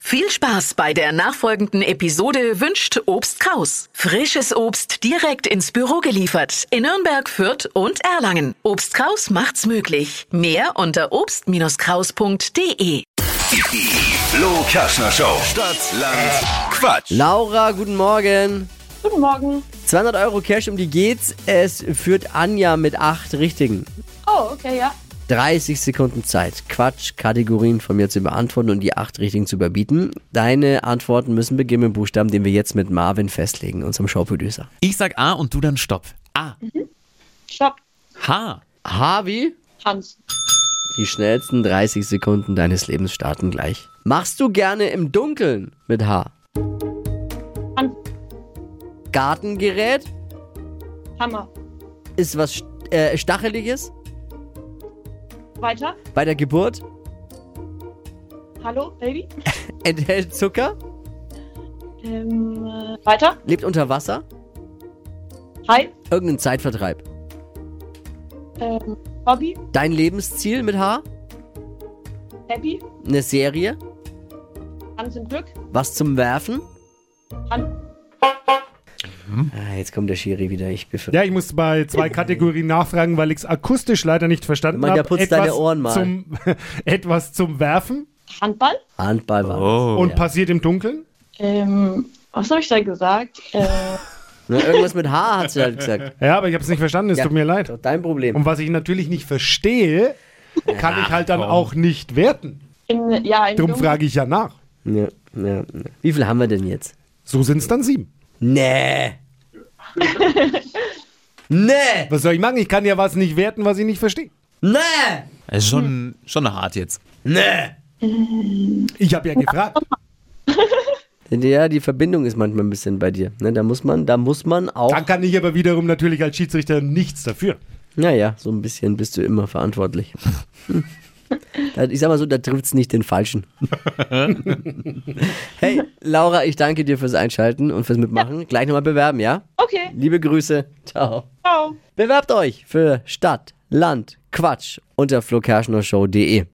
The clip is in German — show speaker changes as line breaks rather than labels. Viel Spaß bei der nachfolgenden Episode wünscht Obst Kraus. Frisches Obst direkt ins Büro geliefert in Nürnberg, Fürth und Erlangen. Obst Kraus macht's möglich. Mehr unter obst-kraus.de.
Die Flo Kaschner Show. Stadt, Land, Quatsch.
Laura, guten Morgen.
Guten Morgen.
200 Euro Cash, um die geht's. Es führt Anja mit acht Richtigen.
Oh, okay, ja.
30 Sekunden Zeit, Quatsch-Kategorien von mir zu beantworten und die acht Richtigen zu überbieten. Deine Antworten müssen beginnen mit dem Buchstaben, den wir jetzt mit Marvin festlegen, unserem Showproducer.
Ich sag A und du dann Stopp. A.
Stopp.
H.
Harvey,
Hans.
die schnellsten 30 Sekunden deines Lebens starten gleich. Machst du gerne im Dunkeln mit H?
Hans.
Gartengerät?
Hammer.
Ist was st- äh, Stacheliges?
Weiter.
Bei der Geburt?
Hallo, Baby.
Enthält Zucker?
Ähm, äh, weiter.
Lebt unter Wasser?
Hi.
Irgendein Zeitvertreib?
Ähm, Bobby.
Dein Lebensziel mit H?
Happy.
Eine Serie?
Hans im Glück.
Was zum Werfen?
Hans.
Ah, jetzt kommt der Schiri wieder. Ich befürchte.
Ja, ich muss bei zwei Kategorien nachfragen, weil ich es akustisch leider nicht verstanden
Mann,
habe.
der putzt deine Ohren mal.
Zum, etwas zum Werfen
Handball.
Handball war.
und passiert im Dunkeln.
Ähm, was habe ich da gesagt? Äh,
Ne, irgendwas mit H hat sie halt gesagt.
Ja, aber ich habe es nicht verstanden, es
Ja.
tut mir leid.
Doch dein Problem.
Und was ich natürlich nicht verstehe, kann ich halt dann auch nicht werten.
in, ja, in
Darum frage ich ja nach.
Ja, ja, ja. Wie viel haben wir denn jetzt?
So sind es dann sieben.
Nee. nee.
Was soll ich machen? Ich kann ja was nicht werten, was ich nicht verstehe.
Nee.
Äh, Schon, schon hart jetzt.
Nee.
Ich habe ja gefragt.
Ja, die Verbindung ist manchmal ein bisschen bei dir. Ne, da muss man, da muss man auch.
Dann kann ich aber wiederum natürlich als Schiedsrichter nichts dafür.
Naja, so ein bisschen bist du immer verantwortlich. Da- Ich sag mal so, da trifft's nicht den Falschen. hey, Laura, ich danke dir fürs Einschalten und fürs Mitmachen. Gleich nochmal bewerben, ja?
Okay,
Liebe Grüße. Ciao.
ciao.
Bewerbt euch für Stadt, Land, Quatsch unter flokerschnershow.de.